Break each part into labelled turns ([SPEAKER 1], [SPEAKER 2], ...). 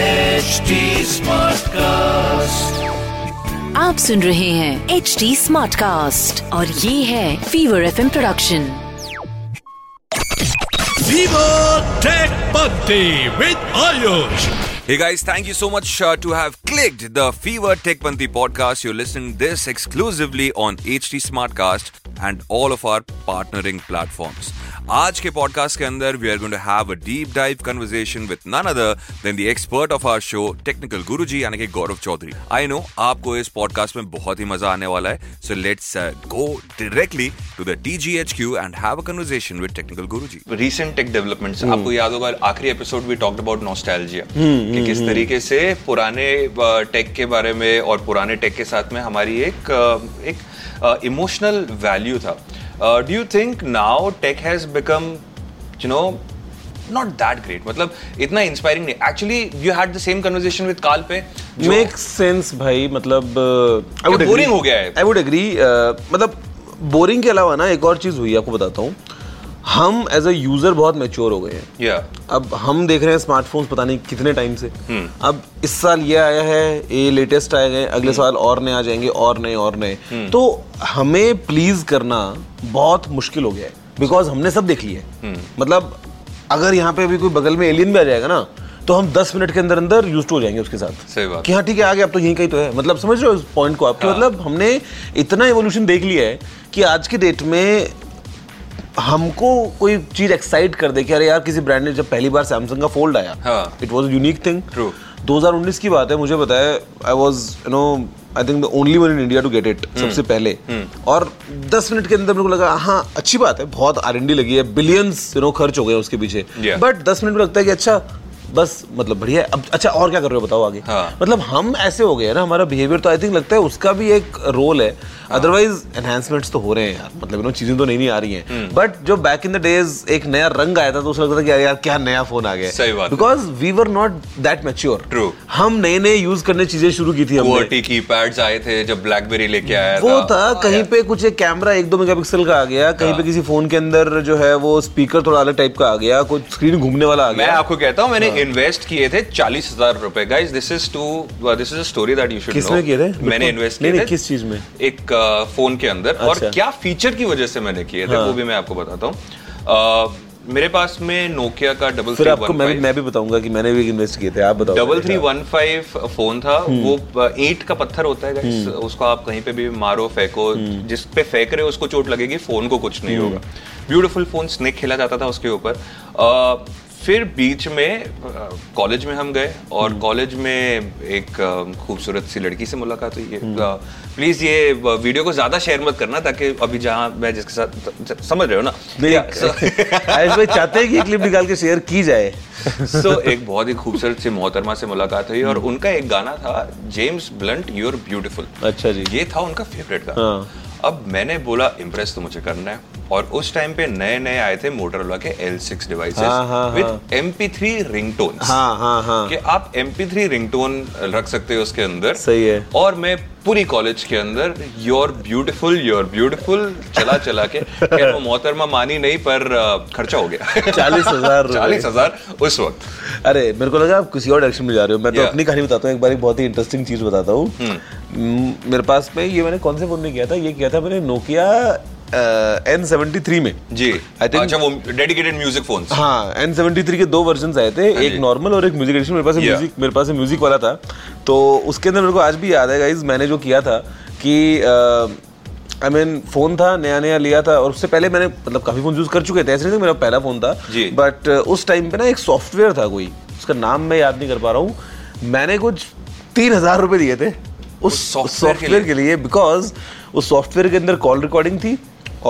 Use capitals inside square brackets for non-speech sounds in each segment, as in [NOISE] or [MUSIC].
[SPEAKER 1] HD Smartcast.
[SPEAKER 2] आप सुन रहे हैं एच डी स्मार्ट कास्ट और ये है Fever F production
[SPEAKER 1] Vivo Tech Party with Ayush.
[SPEAKER 3] Hey guys, thank you so much uh, to have clicked the Fever Techpanthi podcast. You listen this exclusively on HT Smartcast and all of our partnering platforms. आज के podcast के अंदर we are going to have a deep dive conversation with none other than the expert of our show technical Guruji यानी कि गौरव Chaudhary I know आपको इस podcast में बहुत ही मजा आने वाला है uh, so let's go directly to the TGHQ and have a conversation with technical Guruji
[SPEAKER 4] recent tech developments
[SPEAKER 5] Hmm.
[SPEAKER 4] आपको याद होगा आखिरी एपिसोड भी टॉक्ड अबाउट नॉस्टैल्जिया कि
[SPEAKER 5] hmm.
[SPEAKER 4] किस तरीके से पुराने टेक के बारे में और पुराने टेक के साथ में हमारी एक अ, एक इमोशनल वैल्यू था do you think now tech has become you know not that great मतलब इतना इंस्पायरिंग नहीं actually you had the same conversation with call पे जो-
[SPEAKER 5] मेक सेंस भाई मतलब आई
[SPEAKER 4] क्या boring हो गया है?
[SPEAKER 5] आई वुड एग्री मतलब बोरिंग के अलावा ना एक और चीज हुई आपको बताता हूँ हम एज अ यूजर बहुत मेच्योर हो गए हैं
[SPEAKER 4] Yeah.
[SPEAKER 5] अब हम देख रहे हैं स्मार्टफोन्स पता नहीं कितने टाइम से
[SPEAKER 4] हम्म।
[SPEAKER 5] अब इस साल ये आया है ये लेटेस्ट आए गए
[SPEAKER 4] हम्म।
[SPEAKER 5] अगले साल और नए आ जाएंगे और नए और नए तो हमें प्लीज करना बहुत मुश्किल हो गया है बिकॉज हमने सब देख लिया
[SPEAKER 4] हम्म।
[SPEAKER 5] है मतलब अगर यहाँ पे अभी कोई बगल में एलियन भी आ जाएगा ना तो हम 10 मिनट के अंदर अंदर यूज हो जाएंगे उसके साथ
[SPEAKER 4] सही बात। हाँ।
[SPEAKER 5] कि हाँ ठीक है आगे अब तो यहीं कहीं तो है मतलब समझ रहे हो इस पॉइंट को आपके मतलब हमने इतना एवोल्यूशन देख लिया है कि आज की डेट में हमको कोई चीज एक्साइट कर दे कि अरे यार किसी ब्रांड ने जब पहली बार सैमसंग का फोल्ड आया
[SPEAKER 4] हाँ।
[SPEAKER 5] It was unique thing
[SPEAKER 4] True.
[SPEAKER 5] 2019 की बात है मुझे पता है I was you know I think the only one in India to get it
[SPEAKER 4] हम्म।
[SPEAKER 5] सबसे पहले और 10 मिनट के अंदर मेरे को लगा हाँ अच्छी बात है बहुत आर लगी है बिलियंस यू नो खर्च हो गए उसके पीछे
[SPEAKER 4] Yeah.
[SPEAKER 5] बट 10 मिनट में लगता है कि अच्छा बस मतलब बढ़िया है अब अच्छा और क्या कर रहे हो बताओ आगे
[SPEAKER 4] हाँ।
[SPEAKER 5] मतलब हम ऐसे हो गए हैं ना हमारा बिहेवियर तो आई थिंक लगता है उसका भी एक रोल है
[SPEAKER 4] हाँ।
[SPEAKER 5] अदरवाइज एनहेंसमेंट्स तो हो रहे हैं यार मतलब यू नो चीजें तो नई नहीं आ रही हैं
[SPEAKER 4] हम्म।
[SPEAKER 5] बट जो बैक इन द डेज एक नया रंग आया था तो उसे लगता था कि यार यार क्या नया फोन आ गया है।
[SPEAKER 4] सही बात है।
[SPEAKER 5] Because we were not that mature
[SPEAKER 4] True.
[SPEAKER 5] हम नए नए यूज करने चीजें शुरू की थी हमने
[SPEAKER 4] QWERTY keypads आए थे जब ब्लैकबेरी लेके आया
[SPEAKER 5] वो
[SPEAKER 4] था
[SPEAKER 5] था कहीं पे कुछ एक कैमरा एक दो मेगापिक्सल का आ गया
[SPEAKER 4] हाँ।
[SPEAKER 5] कहीं पे किसी फोन के अंदर जो है वो स्पीकर थोड़ा अलग टाइप का आ गया कुछ स्क्रीन घूमने वाला आ
[SPEAKER 4] मैं
[SPEAKER 5] गया हाँ।
[SPEAKER 4] आपको कहता हूँ मैंने इन्वेस्ट किए थे चालीस हजार रुपए guys this is to this is a story that you should
[SPEAKER 5] किसमें किए थे
[SPEAKER 4] मैंने
[SPEAKER 5] बिल्कुल।
[SPEAKER 4] इन्वेस्ट
[SPEAKER 5] नहीं,
[SPEAKER 4] किए
[SPEAKER 5] नहीं,
[SPEAKER 4] थे
[SPEAKER 5] किस चीज में?
[SPEAKER 4] एक फोन के अंदर और
[SPEAKER 5] अच्छा। हाँ।
[SPEAKER 4] क्या फीचर की वजह से मैंने किए थे वो भी मैं आपको बताता हूँ अ, मेरे पास में नोकिया का डबल
[SPEAKER 5] फिर आपको मैं मैं भी बताऊंगा कि मैंने भी इन्वेस्ट किए थे आप बताओ
[SPEAKER 4] double three one five phone था वो एट का पत्थर होता है guys. उसको आप कहीं पे भी मारो फेंको जिस पे फेंक रहे हो उसको चोट लगेगी फोन को कुछ नहीं होगा ब्यूटीफुल फोन स्नेक खेला जाता था उसके ऊपर अ, फिर बीच में कॉलेज में हम गए और कॉलेज में एक अ, खूबसूरत सी लड़की से मुलाकात हुई है प्लीज ये अ, वीडियो को ज्यादा शेयर मत करना ताकि अभी जहाँ मैं जिसके साथ समझ रहे हो ना या, so-
[SPEAKER 5] [LAUGHS] आयुष भाई चाहते हैं कि ये क्लिप निकाल के शेयर की जाए
[SPEAKER 4] सो एक बहुत ही खूबसूरत सी मोहतरमा से मुलाकात हुई
[SPEAKER 5] हम्म।
[SPEAKER 4] और उनका एक गाना था जेम्स ब्लंट यूर ब्यूटीफुल
[SPEAKER 5] अच्छा जी। हाँ।
[SPEAKER 4] ये था उनका फेवरेट गाना अब मैंने बोला इम्प्रेस तो मुझे करना है और उस टाइम पे नए नए आए थे मोटरोला के एल सिक्स
[SPEAKER 5] हाँ,
[SPEAKER 4] डिवाइसेस
[SPEAKER 5] हाँ,
[SPEAKER 4] with M P three ring
[SPEAKER 5] हाँ हाँ हाँ
[SPEAKER 4] कि आप एम पी थ्री रिंगटोन रख सकते हो उसके अंदर
[SPEAKER 5] सही है।
[SPEAKER 4] और मैं पूरी कॉलेज के अंदर योर ब्यूटीफुल योर ब्यूटीफुल चला चला
[SPEAKER 5] [LAUGHS]
[SPEAKER 4] के खैर वो मोहतरमा मानी नहीं पर अ, खर्चा हो गया
[SPEAKER 5] चालीस
[SPEAKER 4] [LAUGHS]
[SPEAKER 5] हजार
[SPEAKER 4] चालीस हजार उस वक्त
[SPEAKER 5] अरे मेरे को लगा आप किसी और डायरेक्शन में जा रहे हो मैं तो
[SPEAKER 4] Yeah. हम्म।
[SPEAKER 5] अपनी कहानी बताता हूँ एक बार एक बहुत ही इंटरेस्टिंग चीज बताता हूँ म, मेरे पास में ये मैंने कौन से फोन में किया था ये किया था मैंने नोकिया एन सेवेंटी थ्री में
[SPEAKER 4] जी
[SPEAKER 5] आई थिंक
[SPEAKER 4] अच्छा वो डेडिकेटेड म्यूजिक फोन्स
[SPEAKER 5] हाँ एन सेवेंटी थ्री के दो वर्जन आए थे
[SPEAKER 4] हाँ
[SPEAKER 5] एक
[SPEAKER 4] जी।
[SPEAKER 5] नॉर्मल और एक म्यूजिक एडिशन मेरे पास
[SPEAKER 4] Yeah.
[SPEAKER 5] म्यूजिक मेरे पास म्यूजिक वाला था तो उसके अंदर मेरे को आज भी याद है गाइज मैंने जो किया था कि आई मीन फोन था नया नया लिया था और उससे पहले मैंने मतलब काफी फोन यूज कर चुके थे ऐसे नहीं था मेरा पहला फोन था
[SPEAKER 4] जी।
[SPEAKER 5] बट उस टाइम पे ना एक सॉफ्टवेयर था कोई उसका नाम मैं याद नहीं कर पा रहा हूँ मैंने कुछ तीन हजार रुपये दिए थे उस
[SPEAKER 4] उस software के लिए?
[SPEAKER 5] सॉफ्टवेयर के लिए बिकॉज उस सॉफ्टवेयर के अंदर कॉल रिकॉर्डिंग थी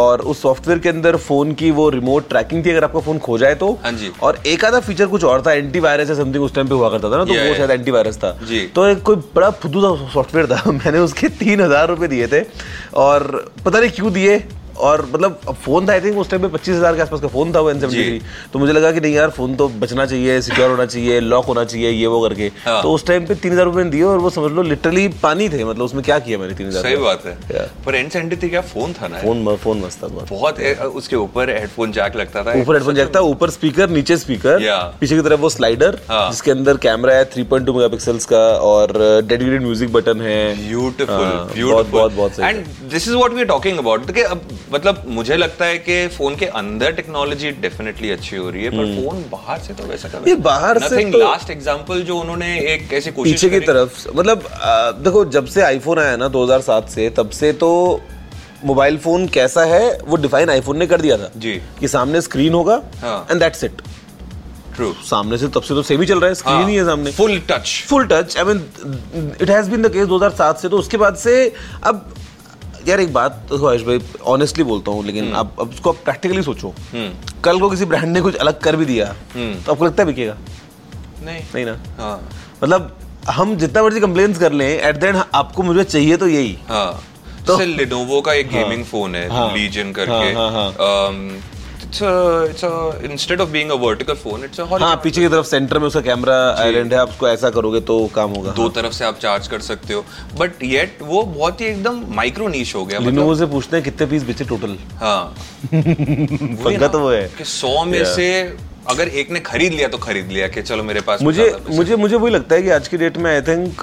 [SPEAKER 5] और उस सॉफ्टवेयर के अंदर फोन की वो रिमोट ट्रैकिंग थी अगर आपका फोन खो जाए तो
[SPEAKER 4] हाँ जी।
[SPEAKER 5] और एक आधा फीचर कुछ और था एंटी वायरस या समथिंग उस टाइम पे हुआ करता था ना तो
[SPEAKER 4] Yeah,
[SPEAKER 5] वो
[SPEAKER 4] yeah.
[SPEAKER 5] शायद एंटी वायरस था
[SPEAKER 4] जी।
[SPEAKER 5] तो एक कोई बड़ा [LAUGHS] फुद्दू सा सॉफ्टवेयर था मैंने उसके तीन हजार रुपये दिए थे और पता नहीं क्यों दिए और मतलब फोन था आई थिंक उस टाइम पे पच्चीस हजार के आसपास का फोन था वो एन
[SPEAKER 3] जी।
[SPEAKER 5] तो मुझे लगा कि नहीं यार फोन तो बचना चाहिए सिक्योर होना चाहिए लॉक होना चाहिए ये वो करके
[SPEAKER 3] हाँ।
[SPEAKER 5] तो उस टाइम पे तीन हजार रुपये दिए और वो समझ लो लिटरली पानी थे मतलब उसमें क्या किया मैंने तीन
[SPEAKER 4] सही
[SPEAKER 5] हजार
[SPEAKER 4] बात है पर एंड सेंटर क्या फोन था ना
[SPEAKER 5] फोन फोन मस्त था बहुत।
[SPEAKER 4] बहुत ए- उसके ऊपर हेडफोन जैक लगता था
[SPEAKER 5] ऊपर हेडफोन जैक था ऊपर स्पीकर नीचे स्पीकर
[SPEAKER 4] अच्छा। Yeah.
[SPEAKER 5] पीछे की तरफ वो स्लाइडर
[SPEAKER 4] हाँ।
[SPEAKER 5] जिसके अंदर कैमरा है 3.2 मेगापिक्सल्स का और uh, डेडिकेटेड म्यूजिक बटन है
[SPEAKER 4] ब्यूटीफुल
[SPEAKER 5] हाँ, बहुत बहुत बहुत
[SPEAKER 4] ब्यूटीफुल
[SPEAKER 5] सही
[SPEAKER 4] and this is what we are talking about कि अब मतलब मुझे लगता है कि फोन के अंदर टेक्नोलॉजी डेफिनेटली अच्छी हो रही है पर फोन बाहर से तो वैसा कभी
[SPEAKER 5] Hmm. ये बाहर से
[SPEAKER 4] Nothing,
[SPEAKER 5] तो-
[SPEAKER 4] लास्ट एग्जांपल जो उन्होंने एक ऐसी कोशिश
[SPEAKER 5] पीछे की
[SPEAKER 4] करी-
[SPEAKER 5] तरफ मतलब आ, देखो जब से आईफोन आया ना 2007 से तब से तो मोबाइल फोन कैसा है वो डिफाइन आईफोन ने कर दिया था
[SPEAKER 4] जी।
[SPEAKER 5] कि सामने स्क्रीन होगा
[SPEAKER 4] हाँ।
[SPEAKER 5] And that's it
[SPEAKER 4] True.
[SPEAKER 5] सामने से तब से तो सेम ही चल रहा है स्क्रीन
[SPEAKER 4] हाँ,
[SPEAKER 5] ही है सामने
[SPEAKER 4] full touch.
[SPEAKER 5] Full touch I mean it has been the case 2007 से तो उसके बाद से अब यार एक बात तो आयुष भाई ऑनेस्टली बोलता हूँ
[SPEAKER 4] हम्म।
[SPEAKER 5] लेकिन आप अब उसको आप प्रैक्टिकली सोचो कल को किसी ब्रांड ने कुछ अलग कर भी दिया
[SPEAKER 4] हम्म।
[SPEAKER 5] तो आपको लगता है बिकेगा
[SPEAKER 4] नहीं
[SPEAKER 5] नहीं ना
[SPEAKER 4] हाँ
[SPEAKER 5] मतलब हम जितना मर्जी कंप्लेन कर लें एट द एंड आपको मुझे चाहिए तो यही
[SPEAKER 4] हाँ
[SPEAKER 5] तो-
[SPEAKER 4] जैसे Lenovo का एक गेमिंग फोन है
[SPEAKER 5] हाँ,
[SPEAKER 4] लीजन
[SPEAKER 5] हाँ, हाँ,
[SPEAKER 4] करके um, it's a it's a instead of being a vertical phone it's a
[SPEAKER 5] हाँ
[SPEAKER 4] horizontal
[SPEAKER 5] पीछे की तरफ सेंटर में उसका कैमरा आइलैंड है आप उसको ऐसा करोगे तो काम होगा
[SPEAKER 4] दो तरफ से आप चार्ज कर सकते हो बट येट वो बहुत ही एकदम माइक्रो नीश हो गया मतलब-
[SPEAKER 5] लिनोवो से पूछते हैं कितने पीस बेचे टोटल
[SPEAKER 4] हाँ [LAUGHS] वही
[SPEAKER 5] पंगा
[SPEAKER 4] ना,
[SPEAKER 5] तो वो है
[SPEAKER 4] कि सौ में
[SPEAKER 5] Yeah.
[SPEAKER 4] से अगर एक ने खरीद लिया तो खरीद लिया कि चलो मेरे पास
[SPEAKER 5] मुझे
[SPEAKER 4] ज्यादा पैसे-
[SPEAKER 5] मुझे मुझे वही लगता है कि आज की डेट में I think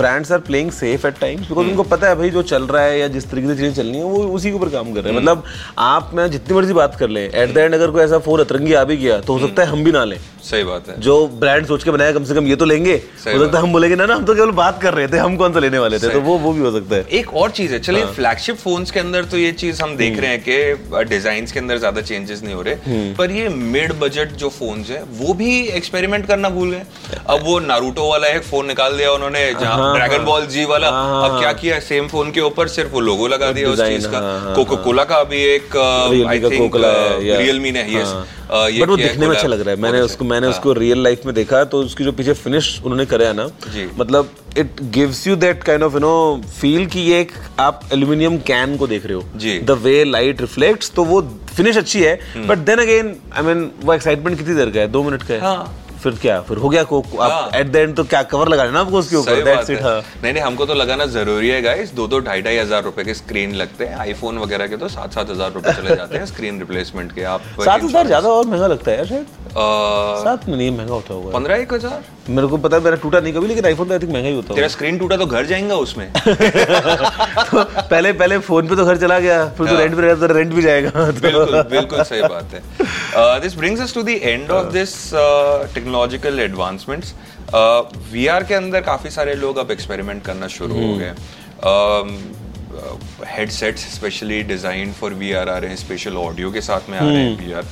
[SPEAKER 5] brands are playing safe at times
[SPEAKER 4] hmm.
[SPEAKER 5] Because उनको पता है भाई जो चल रहा है या जिस तरीके से चीजें चलनी है वो उसी के ऊपर काम कर रहे हैं मतलब आप मैं जितनी मर्जी बात कर लें एट द एंड अगर कोई ऐसा फोन अतरंगी आ भी गया तो
[SPEAKER 4] हम्म।
[SPEAKER 5] हो सकता है हम भी ना लें
[SPEAKER 4] सही बात है
[SPEAKER 5] जो ब्रांड सोच के बनाया कम से कम ये तो लेंगे
[SPEAKER 4] सही
[SPEAKER 5] हो सकता है हम बोलेंगे ना ना हम तो केवल बात कर रहे थे हम कौन सा लेने वाले थे तो वो वो भी हो सकता है हाँ।
[SPEAKER 4] एक और चीज है चलिए फ्लैगशिप फोन्स के अंदर तो ये चीज हम देख
[SPEAKER 5] हम्म।
[SPEAKER 4] रहे हैं कि डिजाइन के अंदर ज्यादा चेंजेस नहीं हो रहे पर ये मिड बजट जो फोन्स है वो भी एक्सपेरिमेंट करना भूल गए अब वो नारुतो वाला एक फोन निकाल दिया उन्होंने जहाँ
[SPEAKER 5] हाँ,
[SPEAKER 4] ड्रैगन बॉल जी वाला
[SPEAKER 5] हाँ,
[SPEAKER 4] अब क्या किया सेम फोन के ऊपर सिर्फ वो लोगो लगा दिया उस
[SPEAKER 5] डिजाइन,
[SPEAKER 4] चीज का
[SPEAKER 5] हाँ, हाँ,
[SPEAKER 4] कोको कोला का भी एक आई
[SPEAKER 5] Realme का
[SPEAKER 4] थिंक
[SPEAKER 5] Coca-Cola है, yeah.
[SPEAKER 4] रियलमी uh, ने Uh,
[SPEAKER 5] हाँ।
[SPEAKER 4] यस
[SPEAKER 5] बट वो दिखने में अच्छा लग रहा है मैंने उसको मैंने
[SPEAKER 4] हाँ।
[SPEAKER 5] उसको रियल लाइफ में देखा तो उसकी जो पीछे फिनिश उन्होंने कराया ना
[SPEAKER 4] जी।
[SPEAKER 5] मतलब it gives you that kind of you know feel कि ये एक आप एल्यूमिनियम कैन को देख रहे
[SPEAKER 4] जी। हम्म।
[SPEAKER 5] हो द वे लाइट रिफ्लेक्ट्स तो वो फिनिश अच्छी है but then again I mean वो एक्साइटमेंट कितनी देर का है दो मिनट का है
[SPEAKER 4] हाँ।
[SPEAKER 5] फिर क्या फिर हो गया को
[SPEAKER 4] हाँ।
[SPEAKER 5] आप एट द एंड तो क्या कवर लगाना है ना आपको उसके
[SPEAKER 4] सही
[SPEAKER 5] ऊपर हाँ।
[SPEAKER 4] बात
[SPEAKER 5] दैट्स
[SPEAKER 4] है
[SPEAKER 5] इट हां
[SPEAKER 4] नहीं नहीं हमको तो लगाना जरूरी है गाइस दो दो ढाई ढाई हजार रुपए के स्क्रीन लगते हैं आईफोन वगैरह के तो सात सात हजार रुपए चले जाते हैं स्क्रीन रिप्लेसमेंट के आप
[SPEAKER 5] सात हजार ज्यादा और महंगा लगता है यार शायद
[SPEAKER 4] ज्यादा
[SPEAKER 5] सात में नहीं महंगा होता होगा
[SPEAKER 4] पंद्रह एक हजार
[SPEAKER 5] मेरे को पता है मेरा टूटा नहीं कभी लेकिन आईफोन तो आई थिंक महंगा ही होता
[SPEAKER 4] तेरा स्क्रीन टूटा तो घर जाएंगा उसमें
[SPEAKER 5] होगा तो [LAUGHS] पहले पहले फोन पे तो घर चला गया फिर तो
[SPEAKER 4] हाँ।
[SPEAKER 5] रेंट पे रहता तो रेंट भी जाएगा [LAUGHS]
[SPEAKER 4] बिल्कुल
[SPEAKER 5] तो
[SPEAKER 4] बिल्कुल सही बात है Uh, this brings us to the end of this uh, technological advancements VR Uh, के अंदर काफी सारे लोग अब एक्सपेरिमेंट करना शुरू हो गए Um, uh, headsets specially design for VR आ रहे हैं स्पेशल ऑडियो के साथ में आ रहे हैं वीआर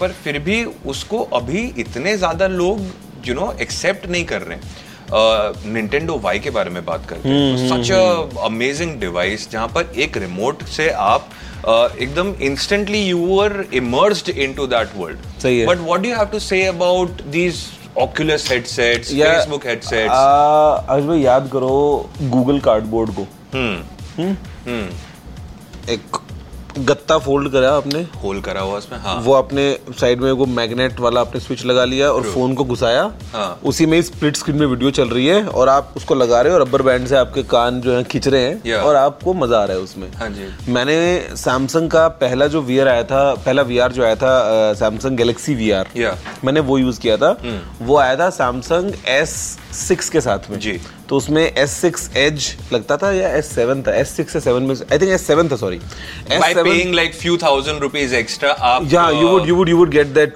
[SPEAKER 4] पर फिर भी उसको अभी इतने ज्यादा लोग यू नो एक्सेप्ट नहीं कर रहे हैं निंटेंडो वाई के बारे में बात करते
[SPEAKER 5] हम्म,
[SPEAKER 4] हैं सच अ अमेजिंग डिवाइस जहां पर एक रिमोट से आप अ, एकदम instantly you are immersed into that world
[SPEAKER 5] सही है।
[SPEAKER 4] But what do you have to say about these Oculus headsets,
[SPEAKER 5] या-
[SPEAKER 4] Facebook headsets.
[SPEAKER 5] आ, आज भाई याद करो गूगल कार्डबोर्ड को
[SPEAKER 4] हम्म
[SPEAKER 5] एक गत्ता फोल्ड करा आपने
[SPEAKER 4] होल करा हुआ उसमें हाँ
[SPEAKER 5] वो आपने साइड में वो मैग्नेट वाला आपने स्विच लगा लिया और फोन को घुसाया
[SPEAKER 4] हाँ।
[SPEAKER 5] उसी में स्प्लिट स्क्रीन में वीडियो चल रही है और आप उसको लगा रहे हो रबर बैंड से आपके कान जो है खींच रहे हैं
[SPEAKER 4] Yeah.
[SPEAKER 5] और आपको मजा आ रहा है उसमें
[SPEAKER 4] हाँ जी
[SPEAKER 5] मैंने सैमसंग का पहला जो वीआर आया था पहला वीआर जो आया था सैमसंग गैलेक्सी वीआर
[SPEAKER 4] Yeah. हम्म।
[SPEAKER 5] मैंने वो यूज किया था वो आया था सैमसंग एस सिक्स के साथ में
[SPEAKER 4] जी।
[SPEAKER 5] तो उसमें एस सिक्स एज लगता था या एस सेवन था एस सिक्स से सेवन में आई थिंक एस सेवन था sorry S
[SPEAKER 4] By paying like few thousand rupees extra, आप uh,
[SPEAKER 5] या you would you would you would get that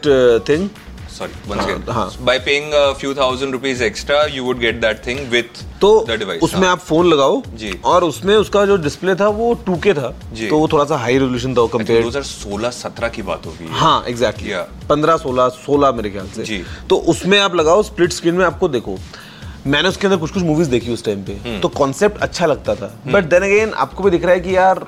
[SPEAKER 5] thing
[SPEAKER 4] sorry once again
[SPEAKER 5] हाँ।
[SPEAKER 4] by paying a few thousand rupees extra, you would get that thing with
[SPEAKER 5] तो
[SPEAKER 4] the device.
[SPEAKER 5] उसमें
[SPEAKER 4] हाँ।
[SPEAKER 5] आप phone लगाओ
[SPEAKER 4] जी।
[SPEAKER 5] और उसमें उसका जो डिस्प्ले था वो 2K था
[SPEAKER 4] जी।
[SPEAKER 5] तो वो थोड़ा सा हाई रेजोल्यूशन था कंपेयर
[SPEAKER 4] 2016-17 की बात होगी ये।
[SPEAKER 5] हाँ एग्जैक्टली
[SPEAKER 4] Yeah.
[SPEAKER 5] पंद्रह सोलह सोलह मेरे ख्याल से
[SPEAKER 4] जी।
[SPEAKER 5] तो उसमें आप लगाओ स्प्लिट स्क्रीन में आपको देखो मैंने उसके अंदर कुछ कुछ मूवीज देखी उस टाइम
[SPEAKER 4] हम्म।
[SPEAKER 5] पे तो कॉन्सेप्ट अच्छा लगता था बट देन अगेन आपको भी दिख रहा है कि यार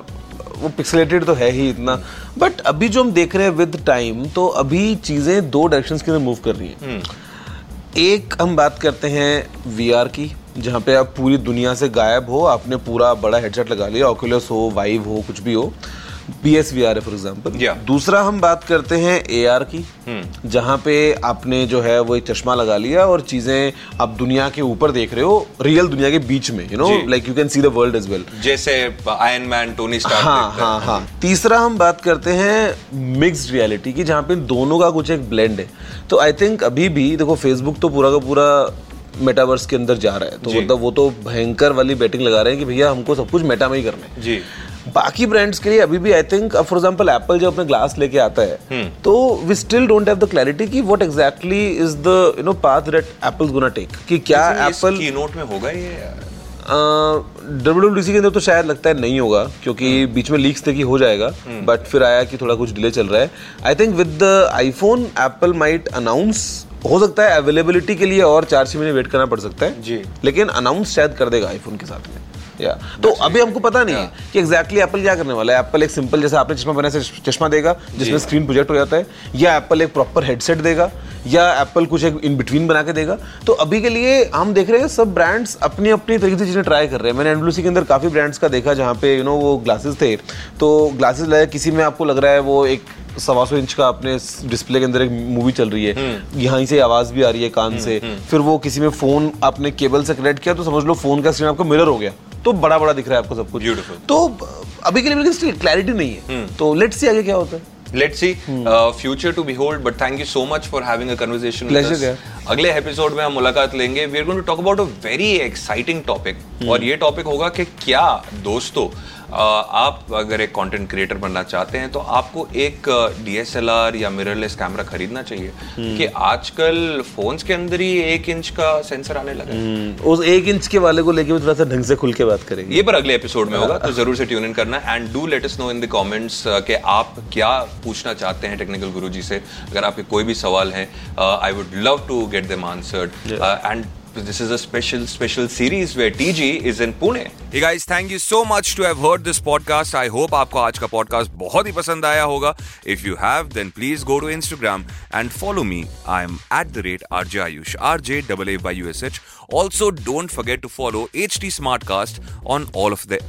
[SPEAKER 5] वो पिक्सलेटेड तो है ही इतना बट अभी जो हम देख रहे हैं विद टाइम तो अभी चीजें दो डायरेक्शंस के अंदर मूव कर रही हैं
[SPEAKER 4] हम्म।
[SPEAKER 5] एक हम बात करते हैं वीआर की जहाँ पे आप पूरी दुनिया से गायब हो आपने पूरा बड़ा हेडसेट लगा लिया ऑक्यूलस हो वाइव हो कुछ भी हो पी एस वी आर है फॉर एग्जाम्पल
[SPEAKER 4] Yeah.
[SPEAKER 5] दूसरा हम बात करते हैं ए आर की
[SPEAKER 4] हम्म।
[SPEAKER 5] जहाँ पे आपने जो है वो एक चश्मा लगा लिया और चीजें आप दुनिया के ऊपर देख रहे हो रियल दुनिया के बीच में यू नो
[SPEAKER 4] जी।
[SPEAKER 5] Like you can see the world as well
[SPEAKER 4] जैसे आयरन मैन टोनी स्टार
[SPEAKER 5] हाँ हाँ हाँ तीसरा हम बात करते हैं मिक्स्ड रियलिटी की जहाँ पे दोनों का कुछ एक ब्लेंड है तो आई थिंक अभी भी देखो फेसबुक तो पूरा का पूरा मेटावर्स के अंदर जा रहा है तो
[SPEAKER 4] जी।
[SPEAKER 5] मतलब वो तो भयंकर वाली बैटिंग लगा रहे हैं कि भैया हमको सब कुछ मेटा में ही करना है
[SPEAKER 4] जी
[SPEAKER 5] बाकी ब्रांड्स के लिए अभी भी uh, I think for example Apple जब अपने ग्लास लेके आता है तो we still don't have the clarity कि what exactly is the you know path that Apple gonna take कि क्या एप्पल
[SPEAKER 4] की नोट में होगा ये
[SPEAKER 5] डब्ल्यू के अंदर तो शायद लगता है नहीं होगा क्योंकि बीच में लीक्स थे कि हो जाएगा बट फिर आया कि थोड़ा कुछ डिले चल रहा है I think with the iPhone Apple might announce हो सकता है अवेलेबिलिटी के लिए और चार छह महीने वेट करना पड़ सकता है
[SPEAKER 4] जी।
[SPEAKER 5] लेकिन अनाउंस शायद कर देगा आईफोन के साथ में या तो अभी हमको पता नहीं है कि एग्जैक्टली एप्पल क्या करने वाला है एप्पल एक सिंपल जैसे आपने चश्मा बनाया से चश्मा देगा जिसमें स्क्रीन प्रोजेक्ट हो जाता है या एप्पल एक प्रॉपर हेडसेट देगा या एप्पल कुछ एक इन बिटवीन बना के देगा तो अभी के लिए हम देख रहे हैं सब ब्रांड्स अपनी अपनी तरीके से चीज़ें ट्राई कर रहे हैं मैंने एनडब्ल्यूसी के अंदर काफ़ी ब्रांड्स का देखा जहाँ पे यू नो वो ग्लासेस थे तो ग्लासेस लगाए किसी में आपको लग रहा है वो एक सवा सौ इंच का अपने डिस्प्ले के अंदर एक मूवी चल रही है यहीं से आवाज भी आ रही है कान से फिर वो किसी में फोन आपने केबल से कनेक्ट किया तो समझ लो फोन का स्क्रीन आपका मिरर हो गया तो बड़ा बड़ा दिख रहा है आपको सब कुछ
[SPEAKER 4] Beautiful.
[SPEAKER 5] तो अभी के लिए बिल्कुल क्लैरिटी नहीं है तो लेट्स सी आगे क्या होता है
[SPEAKER 4] let's see
[SPEAKER 5] Hmm.
[SPEAKER 4] Future to behold but thank you so much for having a conversation
[SPEAKER 5] Pleasure, yeah.
[SPEAKER 4] अगले एपिसोड में हम मुलाकात लेंगे we are going to talk about a very exciting
[SPEAKER 5] Hmm.
[SPEAKER 4] Topic और ये टॉपिक होगा कि क्या दोस्तों अ, आप अगर एक कंटेंट क्रिएटर बनना चाहते हैं तो आपको एक uh, डीएसएलआर या मिररलेस कैमरा खरीदना
[SPEAKER 5] Hmm.
[SPEAKER 4] चाहिए कि आजकल फोन्स के अंदर ही एक इंच का सेंसर आने लगा है
[SPEAKER 5] उस एक इंच के वाले को लेके भी थोड़ा सा ढंग से खुल के बात करेंगे
[SPEAKER 4] ये पर अगले एपिसोड में होगा तो जरूर से ट्यून इन करना and do let us know in the comments uh, कि आप क्या पूछना चाहते हैं टेक्निकल गुरुजी से अगर आपके कोई भी सवाल हैं uh, I would love to get them answered and Uh, this is a special special series where TG is in Pune.
[SPEAKER 3] hey guys thank you so much to have heard this podcast i hope आपको आज का podcast बहुत ही पसंद आया होगा if you have then please go to instagram and follow me i am at the rate rj ayush rj double A Y U S H. also don't forget to follow ht smartcast on all of the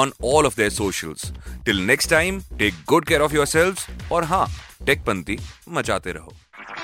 [SPEAKER 3] on all of their socials till next time take good care of yourselves और हाँ टेकपंती मचाते रहो